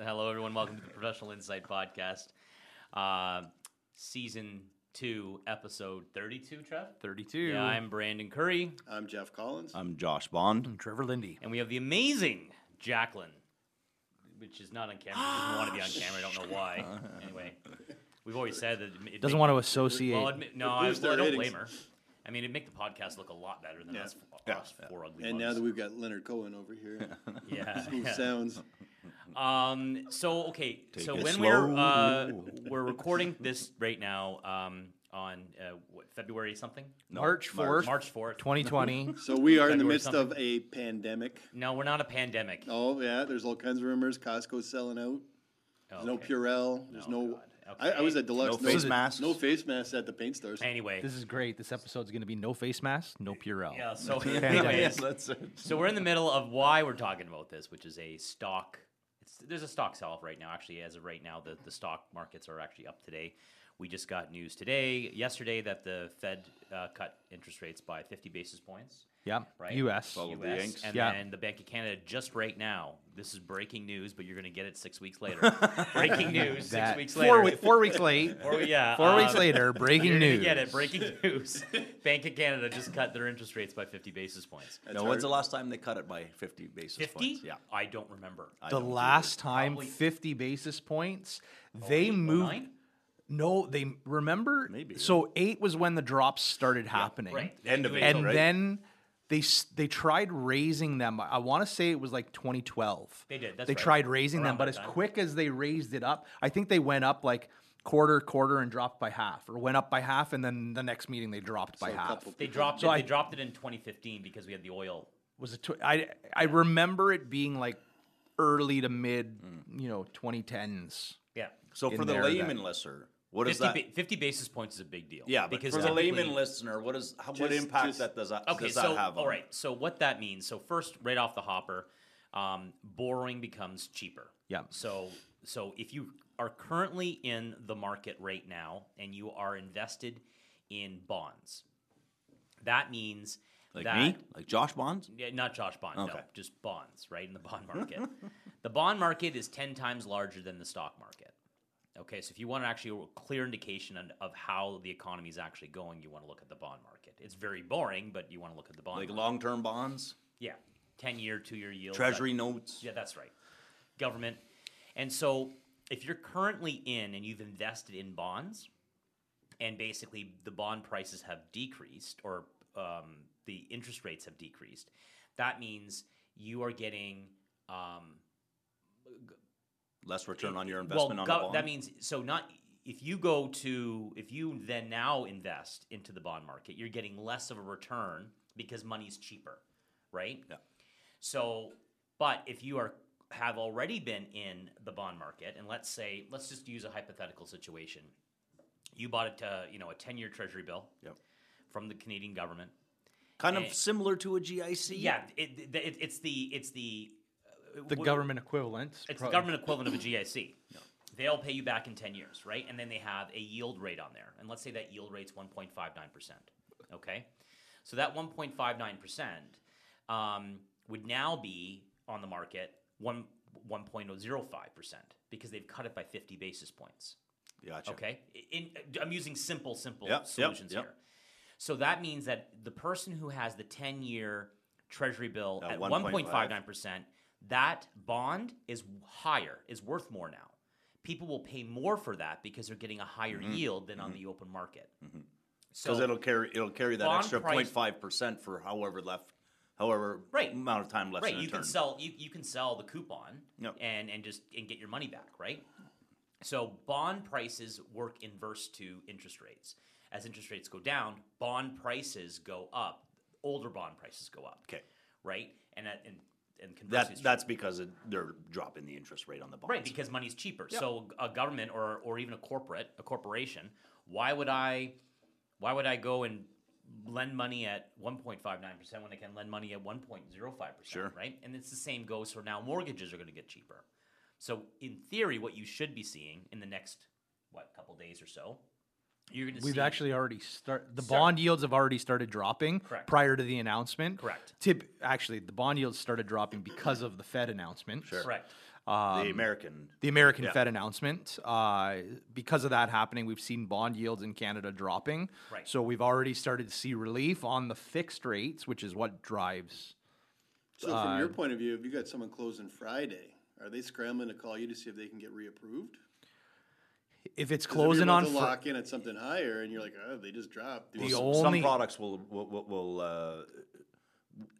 hello everyone. Welcome to the Professional Insight Podcast, uh, season two, episode thirty-two. Trev. 32. Yeah, I'm Brandon Curry, I'm Jeff Collins. I'm Josh Bond. Trevor Lindy. and we have the amazing Jacqueline, which is not on camera. She doesn't want to be on camera. I don't know why. Anyway, we've always said that it, it Doesn't make- want to associate. Well, admit, no, I, boosts well, I their don't ratings. blame her. I mean, it'd make the podcast look a lot better than Yeah. us, f- Yeah. us four ugly and now bugs. that we've got Leonard Cohen over here, yeah, who yeah. sounds Um. So okay. Take so it when slow. we're uh, we're recording this right now um, on uh, what, February something March 4th, March fourth. 2020. so we are in the February midst of a pandemic. No, we're not a pandemic. Oh yeah, there's all kinds of rumors. Costco's selling out. There's no Okay. Purell. There's No, no. God. I, I was Okay. at Deluxe. No face masks. No face masks at the paint stores. Anyway. this is great. This episode's going to be no face mask, no Purell. yeah. So Pandemic. anyways, so we're in the middle of why we're talking about this, which is a stock. It's, there's a stock sell off right now. Actually, as of right now, the, the stock markets are actually up today. We just got news today, yesterday, that the Fed uh, cut interest rates by 50 basis points. Yep. right? U.S. Follow- Of the US, Yanks. and Yeah. then the Bank of Canada just right now. This is breaking news, but you're going to get it six weeks later. breaking news six That- weeks Four, later. we- four weeks late. Or- yeah, Four um, weeks later, breaking You're gonna news. Get it? Breaking news. Bank of Canada just cut their interest rates by 50 basis points. That's No, hard. when's the last time they cut it by 50 basis 50? points? Yeah. I don't remember. I The don't last time, Probably- Oh, 50 basis points, they moved. 09? No, they remember. Maybe. So eight was when the drops started happening. Right. End of Anyway, it, and so- right? then they s- they tried raising them. I want to say it was like 2012. They did, that's they right. tried raising Around them, but that as time. quick as they raised it up, I think they went up like quarter quarter and dropped by half, or went up by half, and then the next meeting they dropped by So a half. couple- They dropped So it. I- they dropped it in 2015 because we had the oil. Was it? Tw- I I remember it being like early to mid, you know, 2010s. Yeah. So in for the there layman that- listener, what is 50, that? ba- 50 basis points is a big deal. yeah, but because for the layman typically- listener, what is how, what Just- impact just- that does that, Okay, does that so have? on all right, so what that means? So first, right off the hopper, um, borrowing becomes cheaper. Yeah. So so if you are currently in the market right now and you are invested in bonds, that means Like that me, like Josh Bonds. yeah, not Josh Bond, no, Okay. just bonds, right? In the bond market. the bond market is 10 times larger than the stock market. Okay, so if you want an actually clear indication on- of how the economy is actually going, you want to look at the bond market. It's very boring, but you want to look at the bond Like market. long-term bonds, Yeah, ten year, two year yield. treasury notes. Yeah, that's right. Government, and so if you're currently in and you've invested in bonds, and basically the bond prices have decreased or um, the interest rates have decreased, that means you are getting. Um, Less return on your well, investment on gov- a bond. that means so not if you go to if you then now invest into the bond market, you're getting less of a return because money's cheaper, right? Yeah. So, but if you are have already been in the bond market, and let's say let's just use a hypothetical situation, you bought it to you know a ten year Treasury bill Yep. from the Canadian government. kind eh, of similar to a GIC. Yeah, it, it, it's the it's the uh, The wh- government equivalent. It's pro- the government equivalent of a GIC. They'll pay you back in 10 years, right? And then they have a yield rate on there. And let's say that yield rate's 1.59%. Okay? So that 1.59% um, would now be on the market one, 1.005% because they've cut it by 50 basis points. Gotcha. Okay. In, uh, I'm using simple, simple Yep, yep, solutions yep. here. So that means that the person who has the 10 year treasury bill At at 1.5. 1.59%, that bond is higher, is worth more now. People will pay more for that because they're getting a higher Mm-hmm. yield than on the open market. So because Mm-hmm. it'll carry it'll carry that Bond extra price- 0.5 percent for however left, however Right. amount of time left right in a you term. can sell you, you can sell the coupon Yep. and and just and get your money back right so bond prices work inverse to interest rates as interest rates go down bond prices go up older bond prices go up Okay. right and that and and conversely That that's because of, they're dropping the interest rate on the bonds. Right, because money's cheaper. So a government or or even a corporate, a corporation, why would I why would I go and lend money at 1.59% when I can lend money at 1.05%, Sure. right? And it's the same goes for now mortgages are going to get cheaper. So in theory what you should be seeing in the next what couple days or so, you're going to see We've actually already start the Start- bond yields have already started dropping Correct. prior to the announcement. Correct. Tip actually the bond yields started dropping because of the Fed announcement. correct. Um, the American. the American Yeah. Fed announcement. Uh, because of that happening, we've seen bond yields in Canada dropping. Right. So we've already started to see relief on the fixed rates, which is what drives. So from your point of view, if you got someone closing Friday, are they scrambling to call you to see if they can get reapproved? 'Cause If it's if you're closing about on to Fri- lock in at something higher, and you're like, oh, they just dropped. They The just- old- only- Some products will will will will, uh,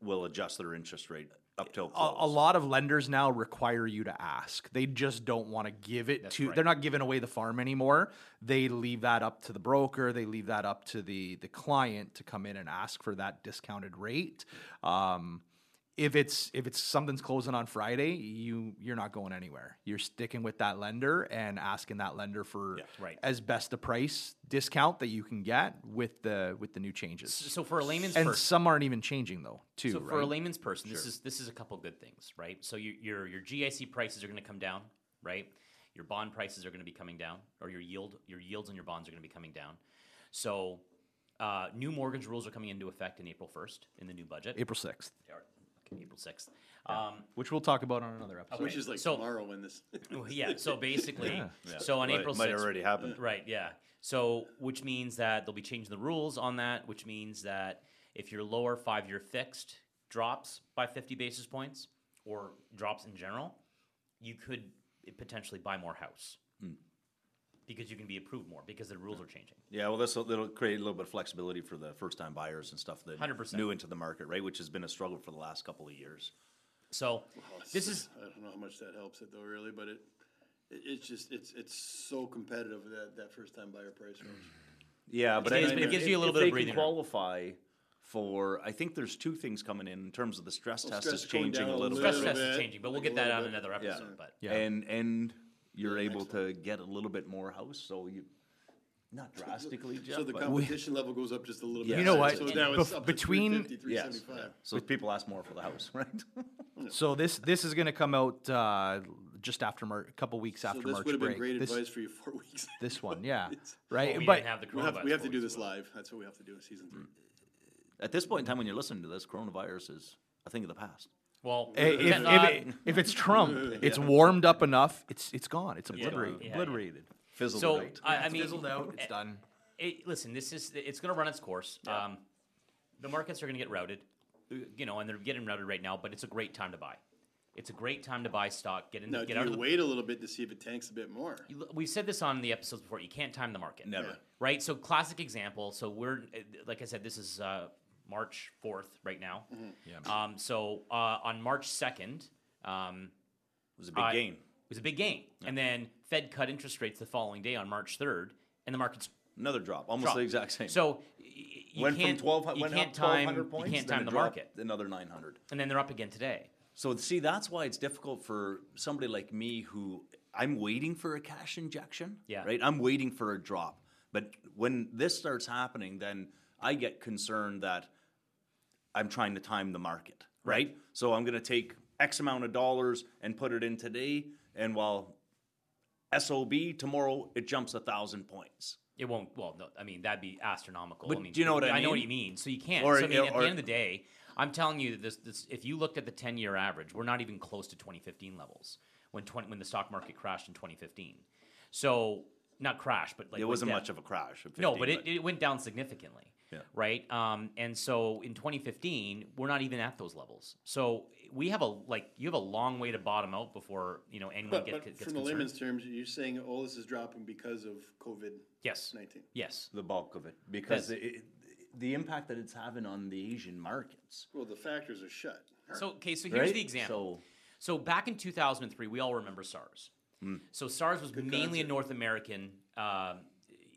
will adjust their interest rate up till a, close. a lot of lenders now require you to ask. They just don't want to give it to. They're not giving away the farm anymore. They leave that up to the broker. They leave that up to the the client to come in and ask for that discounted rate. Um, if it's if it's something's closing on Friday, you you're not going anywhere. You're sticking with that lender and asking that lender for right. as best a price discount that you can get with the with the new changes. So for a layman's And person, some aren't even changing though, too. so right? for a layman's person, this is this is a couple good things, right? So your your your GIC prices are going to come down, right? Your bond prices are going to be coming down, or your yield your yields on your bonds are going to be coming down. So uh, new mortgage rules are coming into effect in April first in the new budget. April sixth. Or, okay, April sixth. Um, which we'll talk about on another episode. Which is like So- tomorrow when this. well, yeah. So basically, so on Might- April might sixth, Mm-hmm. already happen. right? Yeah. So which means that they'll be changing the rules on that, which means that if your lower five-year fixed drops by 50 basis points or drops in general, you could potentially buy more house Hmm. because you can be approved more because the rules are changing. Yeah, well, this will it'll create a little bit of flexibility for the first-time buyers and stuff that 100%. new into the market, right? Which has been a struggle for the last couple of years. So this is I don't know how much that helps it though, really, but it, it it's just it's it's so competitive that that first time buyer price range. Mm. Yeah, but It is, I- but it if- gives you a if- little if bit of they breathing can room. Qualify for, I think there's two things coming in in terms of the stress Well, test stress is going changing down a a little little stress bit, test is bit, changing, but we'll like a get that little on bit. another Yeah. episode. But Yeah. and and you're Yeah, able next to get a little bit more house, so you not drastically, Jeff. So the but- competition level goes up just a little bit. You know higher, what? So that was Bef- up to between- 350, Yes. 375. So people ask more for the house, right? So this this is going to come out uh, just after Mar- a couple weeks So after this March would have been break. great this, advice for you four weeks. this one, yeah, It's- right. we but didn't have the We have, coronavirus we have to for do weeks, this but- live. That's what we have to do in season Mm. three. At this point in time, when you're listening to this, coronavirus is a thing of the past. Well, i- if, depends if, on- it- if it's Trump, it's warmed up enough. It's it's gone. It's obliterated. Yeah, yeah. obliterated. Fizzled so out. I, I mean, eh, It's done. it, listen, this is it's going to run its course. Um, the markets are going to get routed, uh, you know, and they're getting routed right now. But it's a great time to buy. It's a great time to buy stock. Get in, Now, get do out of you the. wait a little bit to see if it tanks a bit more? you- We've said this on the episodes before. You can't time the market. Never. Yeah. Right. So classic example. So we're uh, like I said, this is uh, March fourth right now. Mm-hmm. Yeah. Um, so uh, on March second. Um, It was a big I- gain. It was a big gain. And then Fed cut interest rates the following day on March 3rd, and the markets Another drop, almost dropped. the exact same. So y- y- you went can't, from 12, you went can't up time, 1200 points, you can't then time the it dropped market. Another 900. And then they're up again today. So see, that's why it's difficult for somebody like me who I'm waiting for a cash injection. Yeah. Right. I'm waiting for a drop. But when this starts happening, then I get concerned that I'm trying to time the market. Right. So I'm going to take X amount of dollars and put it in today, and while sob tomorrow it jumps a thousand points. It won't. Well, no, I mean that'd be astronomical. But I mean, do you know what I I know what mean? you mean. So you can't. Or- so, I mean, at or- the end of the day, I'm telling you that this, this. If you looked at the 10-year average, we're not even close to 2015 levels when 20, when the stock market crashed in 2015. So not crash, but like It went wasn't down. much of a crash. at No, 15, but it, it went down significantly. Yeah. Right. Um, and so in 2015, we're not even at those levels. So we have a like you have a long way to bottom out before you know anyone But, get, but gets from the concerned. layman's terms, you're saying all this is dropping because of COVID yes. 19. Yes. the bulk of it because That's- it, it, the impact that it's having on the Asian markets. Well, the factors are shut. So okay. So here's right? the example. So- So back in 2003, we all remember SARS. Hmm. So SARS was mainly a North American um,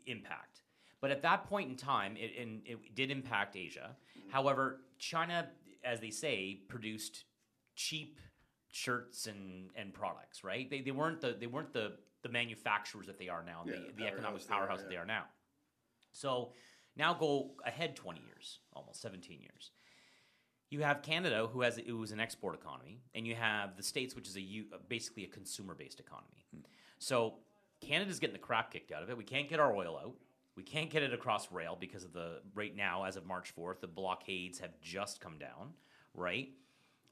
impact, but at that point in time, it, and it did impact Asia. Hmm. However, China, as they say, produced cheap shirts and, and products. Right? They, they weren't the they weren't the the manufacturers that they are now, Yeah, the, the the economic powerhouse they are, powerhouse yeah. that they are now. So now go ahead 20 years, almost 17 years. You have Canada, who has it was an export economy, and you have the states, which is a u- basically a consumer based economy. Hmm. So Canada's getting the crap kicked out of it. We can't get our oil out. We can't get it across rail because of the right now, as of March 4th, the blockades have just come down, right?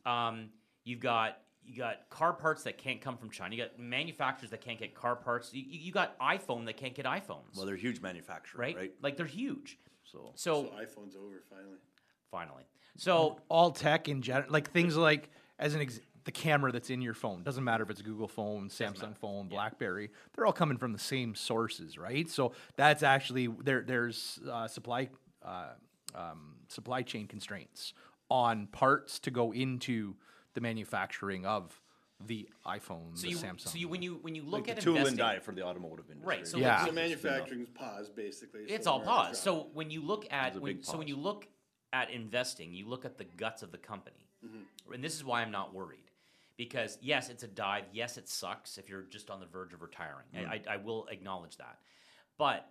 Um, you've got you got car parts that can't come from China. You got manufacturers that can't get car parts. You, you you got iPhone that can't get iPhones. Well, they're a huge manufacturer, right? right? Like they're huge. So So, So iPhone's over finally. finally, so all tech in general, like things like as an ex- the camera that's in your phone doesn't matter if it's a Google phone, Samsung phone, BlackBerry. They're all coming from the same sources, right? So that's actually there. There's uh, supply uh, um, supply chain constraints on parts to go into the manufacturing of the iPhone, so the you Samsung. so you when you when you look the at tool investing, and die for the automotive industry. Right, so Yeah. So It's manufacturing's paused basically. it's so all we're on pause. track. So when you look at a when, big so when pause. you look at investing, you look at the guts of the company, and this is why I'm not worried. Because yes, it's a dive. Yes, it sucks if you're just on the verge of retiring. I, I, I will acknowledge that, but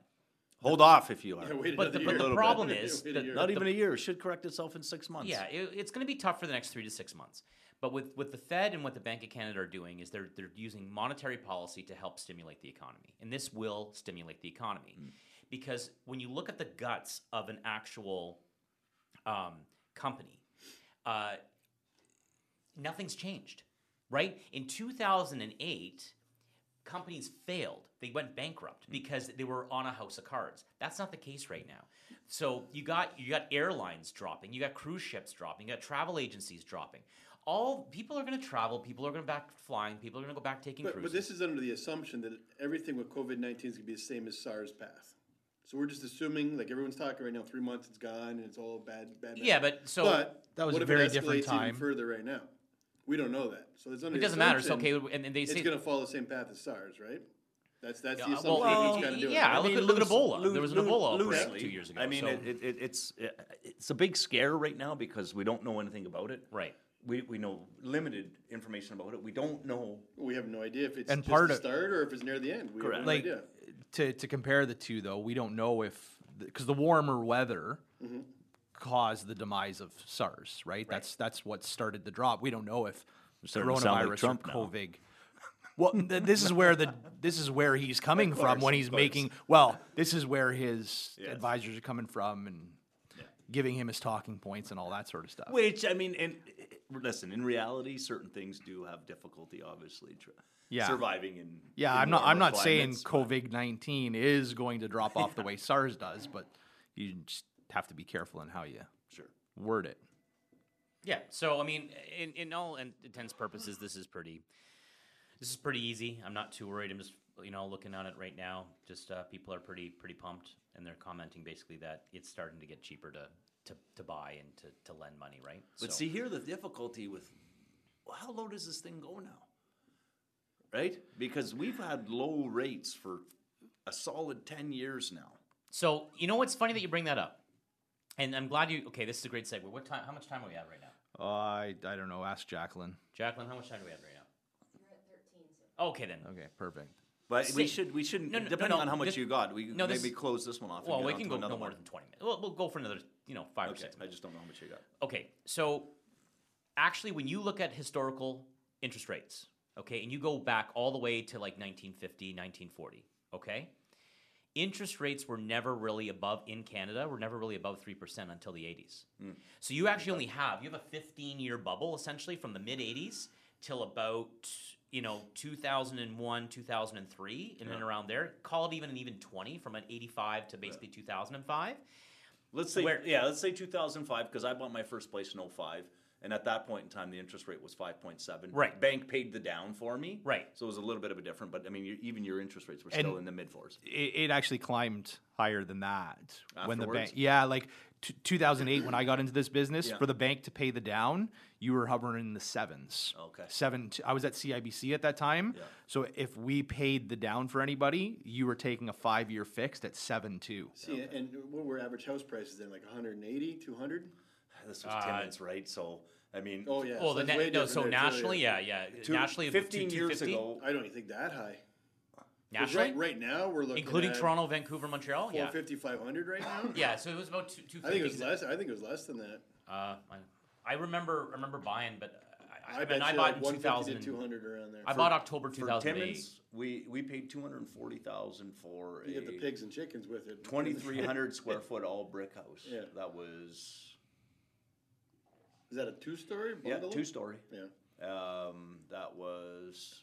hold off if you are. Yeah, wait but the, another but year. the bit. problem is Wait a that year. Not the- even a year. It should correct itself in six months. Yeah, it, it's going to be tough for the next three to six months. But with, with the Fed and what the Bank of Canada are doing is they're they're using monetary policy to help stimulate the economy, and this will stimulate the economy, because when you look at the guts of an actual um, company, uh, nothing's changed, right? In two thousand and eight. Companies failed; they went bankrupt Mm. because they were on a house of cards. That's not the case right now. So you got you got airlines dropping, you got cruise ships dropping, you got travel agencies dropping. All people are going to travel, people are going to back flying, people are going to go back taking But, cruises. but this is under the assumption that everything with COVID nineteen is gonna be the same as SARS path. So we're just assuming, like everyone's talking right now, three months it's gone and it's all bad, bad. yeah, but so But That was what a if very it different escalates time. Even further right now, we don't know that. So it's under it the doesn't matter. It's okay, assumption and, and they It's say gonna follow the same path as SARS, right? That's that's the Yeah, assumption well, he's gonna do. yeah, it. look at- look at Ebola. There was an Ebola outbreak loosely. two years ago, I mean, so- it, it, it- it's uh, it's a big scare right now because we don't know anything about it. right. We, we know limited information about it. We don't know. we have no idea if it's And just part the of- start or if it's near the end. We Correct. have no like idea. to to compare the two though we don't know if because the warmer weather Mm-hmm. caused the demise of SARS right? that's that's what started the drop we don't know if starting to sound like coronavirus Trump or now. COVID well th- this is where the this is where he's coming from course, when of he's course. making well this is where his advisors are coming from and giving him his talking points and all that sort of stuff Which I mean, and uh, listen, in reality, certain things do have difficulty, obviously, tr- Yeah. surviving in. yeah in I'm not I'm warmer not saying climates. COVID-19 is going to drop off the way SARS does but you just have to be careful in how you Sure. word it Yeah. So I mean, in, in all intents purposes, this is pretty. This is pretty easy. I'm not too worried. I'm just you know looking on it right now. Just uh, people are pretty pretty pumped, and they're commenting basically that it's starting to get cheaper to to, to buy and to, to lend money, right? But So- see here, the difficulty with well, how low does this thing go now? Right? Because we've had low rates for a solid ten years now. So you know what's funny that you bring that up, and I'm glad you. Okay, this is a great segue. What time? How much time do we have right now, Uh, I I don't know. Ask Jacqueline. Jacqueline? How much time do we have right now? You're at 13, so Okay then. Okay, perfect. But See- we should we shouldn't No, no, no, depending no, on how much this- you got, we no, this- maybe close this one off. and Well, get we on can to go no another more one. than twenty minutes. We'll, we'll go for another, you know, five or Okay. six. I just don't know how much you got. Okay, so actually, when you look at historical interest rates, okay, and you go back all the way to like 1950, 1940, okay, interest rates were never really above in Canada, were never really above 3% until the 80s. So you actually only have, you have a 15 year bubble essentially from the mid 80s till about, you know, 2001, 2003, and then around there. Call it even an even 20 from an 85 to basically 2005. Let's say Where- yeah, let's say two thousand five, because I bought my first place in 05, and at that point in time the interest rate was five point seven. Right. Bank paid the down for me. Right. So it was a little bit of a different, but I mean your even your interest rates were And- still in the mid fours. It, it actually climbed higher than that when the bank. Afterwards? Yeah, like t- 2008 when I got into this business Yeah. for the bank to pay the down, you were hovering in the sevens. Okay. Seven. t- I was at CIBC at that time, Yeah. so if we paid the down for anybody, you were taking a five year fixed at seven two. See, and what were average house prices then? Like 180, 200? This Ah, was ten minutes, right? So I mean, Oh yeah. Well, so the it's na- way no, different so there, too, nationally, yeah, yeah. two- nationally, it was fifteen two- years 250. ago, I don't even think that high. 'Cause Nationally, right, right now we're looking including at Toronto, Vancouver, Montreal. Yeah, 450, 500 right now. yeah. So it was about two. I think it was less. I think it was less than that. Uh, I, I remember, I remember buying, but I, I, I mean, bet I you bought like in two 150 to thousand. 200 around there. I bought October two for thousand eight. Timmins, we we paid two hundred forty thousand for you get the a pigs and chickens with it. twenty three hundred square foot all brick house. Yeah. That was Is that a two-story yeah bungalow? two story. Yeah. Um, that was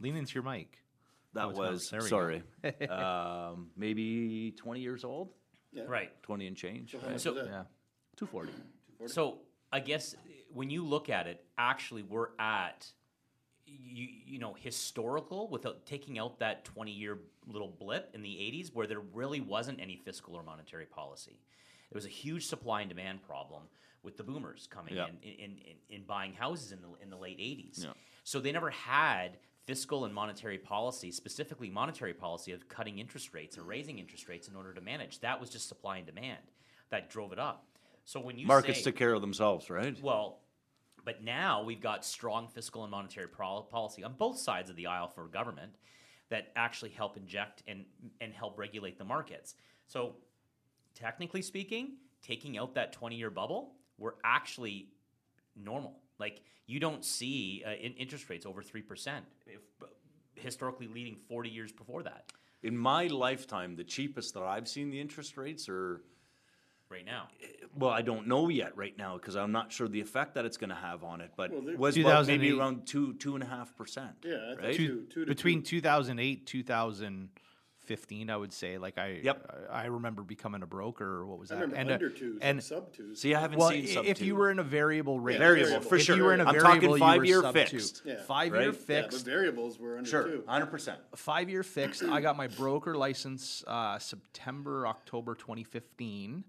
Lean into your mic. that Oh, it's not. was There we sorry, go. um, maybe twenty years old, Yeah. Right. twenty and change. So, how right? much So- was that? yeah, two forty. So I guess when you look at it, actually, we're at you you know historical without taking out that 20 year little blip in the 80s where there really wasn't any fiscal or monetary policy there was a huge supply and demand problem with the boomers coming Yeah. in, in, in, in buying houses in the, in the late 80s Yeah. so they never had fiscal and monetary policy specifically monetary policy of cutting interest rates or raising interest rates in order to manage that was just supply and demand that drove it up so when you Markets say, took care of themselves, right? well, but now we've got strong fiscal and monetary pro- policy on both sides of the aisle for government that actually help inject and and help regulate the markets. So, technically speaking, taking out that 20-year bubble, we're actually normal. Like you don't see uh, in interest rates over 3% if, historically leading 40 years before that In my lifetime, the cheapest that I've seen the interest rates are right now. well, I don't know yet right now because I'm not sure the effect that it's going to have on it. But Well, they- was about maybe 2008 around two two and a half percent. Yeah, I right. think Two- two- two to between two. 2008 2015 i would say like i Yep. I, I remember becoming a broker or what was I that remember and uh, under twos and, and sub twos. See, I haven't well, i- seen sub if you two. were in a variable rate Variable, for if you sure. were in a I'm variable talking you five-year were sub two. fixed. Yeah. five year Right? yeah, but fixed variables were under sure, two. hundred percent. five year fixed. I got my broker license uh, September, October 2015.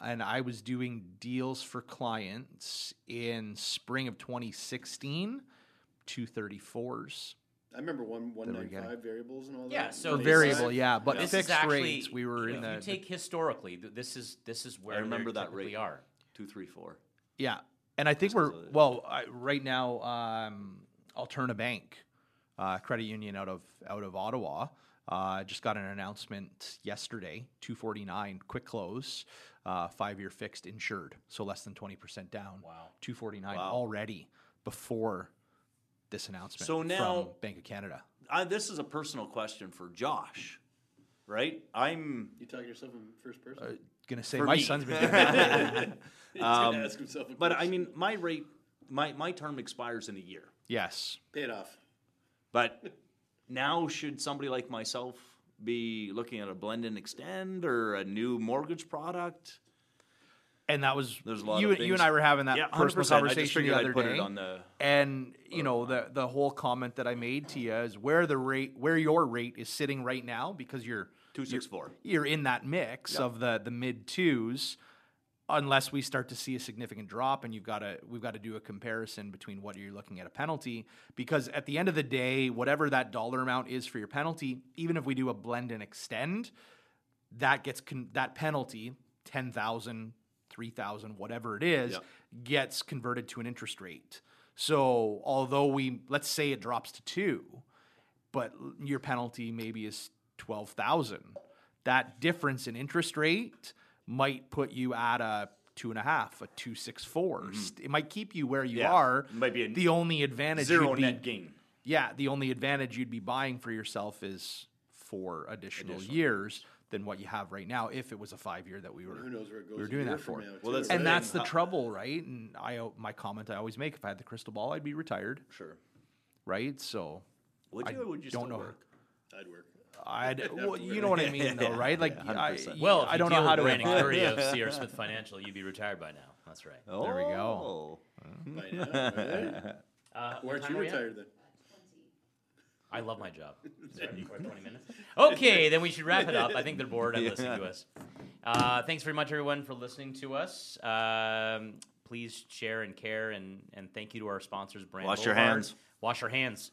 And I was doing deals for clients in spring of 2016, 234s. I remember one one we nine get it. five variables and all that. Yeah, so For Base variable, rate. yeah. But This is fixed actually- rates, we were if in the. you take historically, th- this is this is where remember that we rate. are. Two, three, four. yeah. And I think we're, of the- well, I, right now, um, Alterna Bank, uh, credit union out of out of Ottawa, uh, just got an announcement yesterday, 249 quick close, uh, five year fixed insured, so less than 20% down. Wow. 249 already before this announcement. So now- from Bank of Canada. I, this is a personal question for Josh, right? I'm You talking to yourself in first person? He's Gonna say For my me. son's been doing that. gonna ask himself. A But I question. mean, my rate, my, my term expires in a year. yes. pay it off. But now, should somebody like myself be looking at a blend and extend or a new mortgage product? And that was There's a lot you, of you and things- I were having that Yeah, 100%. I personal just conversation the figured I'd other put day. it on the- and you know the the whole comment that I made to you is where the rate where your rate is sitting right now because you're Two six four. you're in that mix of the the mid twos unless we start to see a significant drop and you've got to we've got to do a comparison between what you're looking at a penalty because at the end of the day whatever that dollar amount is for your penalty even if we do a blend and extend that gets con- that penalty 10,000 3,000 whatever it is gets converted to an interest rate so although we let's say it drops to 2 but l- your penalty maybe is 12,000. That difference in interest rate might put you at a two and a half, a two six four. St- It might keep you where you Mm-hmm. Yeah, are. might be a the only advantage Zero you'd be, net gain. Yeah, the only advantage you'd be buying for yourself is four additional, years than what you have right now. If it was a five year that we were, Who knows where it goes? we were a doing year that from for. now, Well, too, that's- right? And that's And the how- trouble, right? And I o- my comment I always make: if I had the crystal ball, I'd be retired, Sure. right? So Would I you? or would you don't still know. work? I'd work. I'd, well, you know what I mean, though, right? Like, I, 100%. Well, if I you don't deal know how with to. Brandon apply- Curry of Sierra Smith Financial, you'd be retired by now. That's right. There we go. Oh. By now, right? Uh, Why aren't you retired then? I love my job. Sorry, for 20 minutes. Okay, then we should wrap it up. I think they're bored and listening to us. Uh, thanks very much, everyone, for listening to us. Um, please share and care, and, and thank you to our sponsors, Brand Wash your Boulevard. hands. Wash your hands.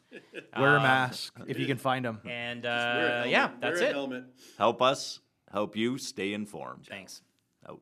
Wear a Um, mask if you can find them. And Wear a uh, helmet. yeah, Wear that's a it. Helmet. Help us. Help you. Stay informed. Thanks. Out.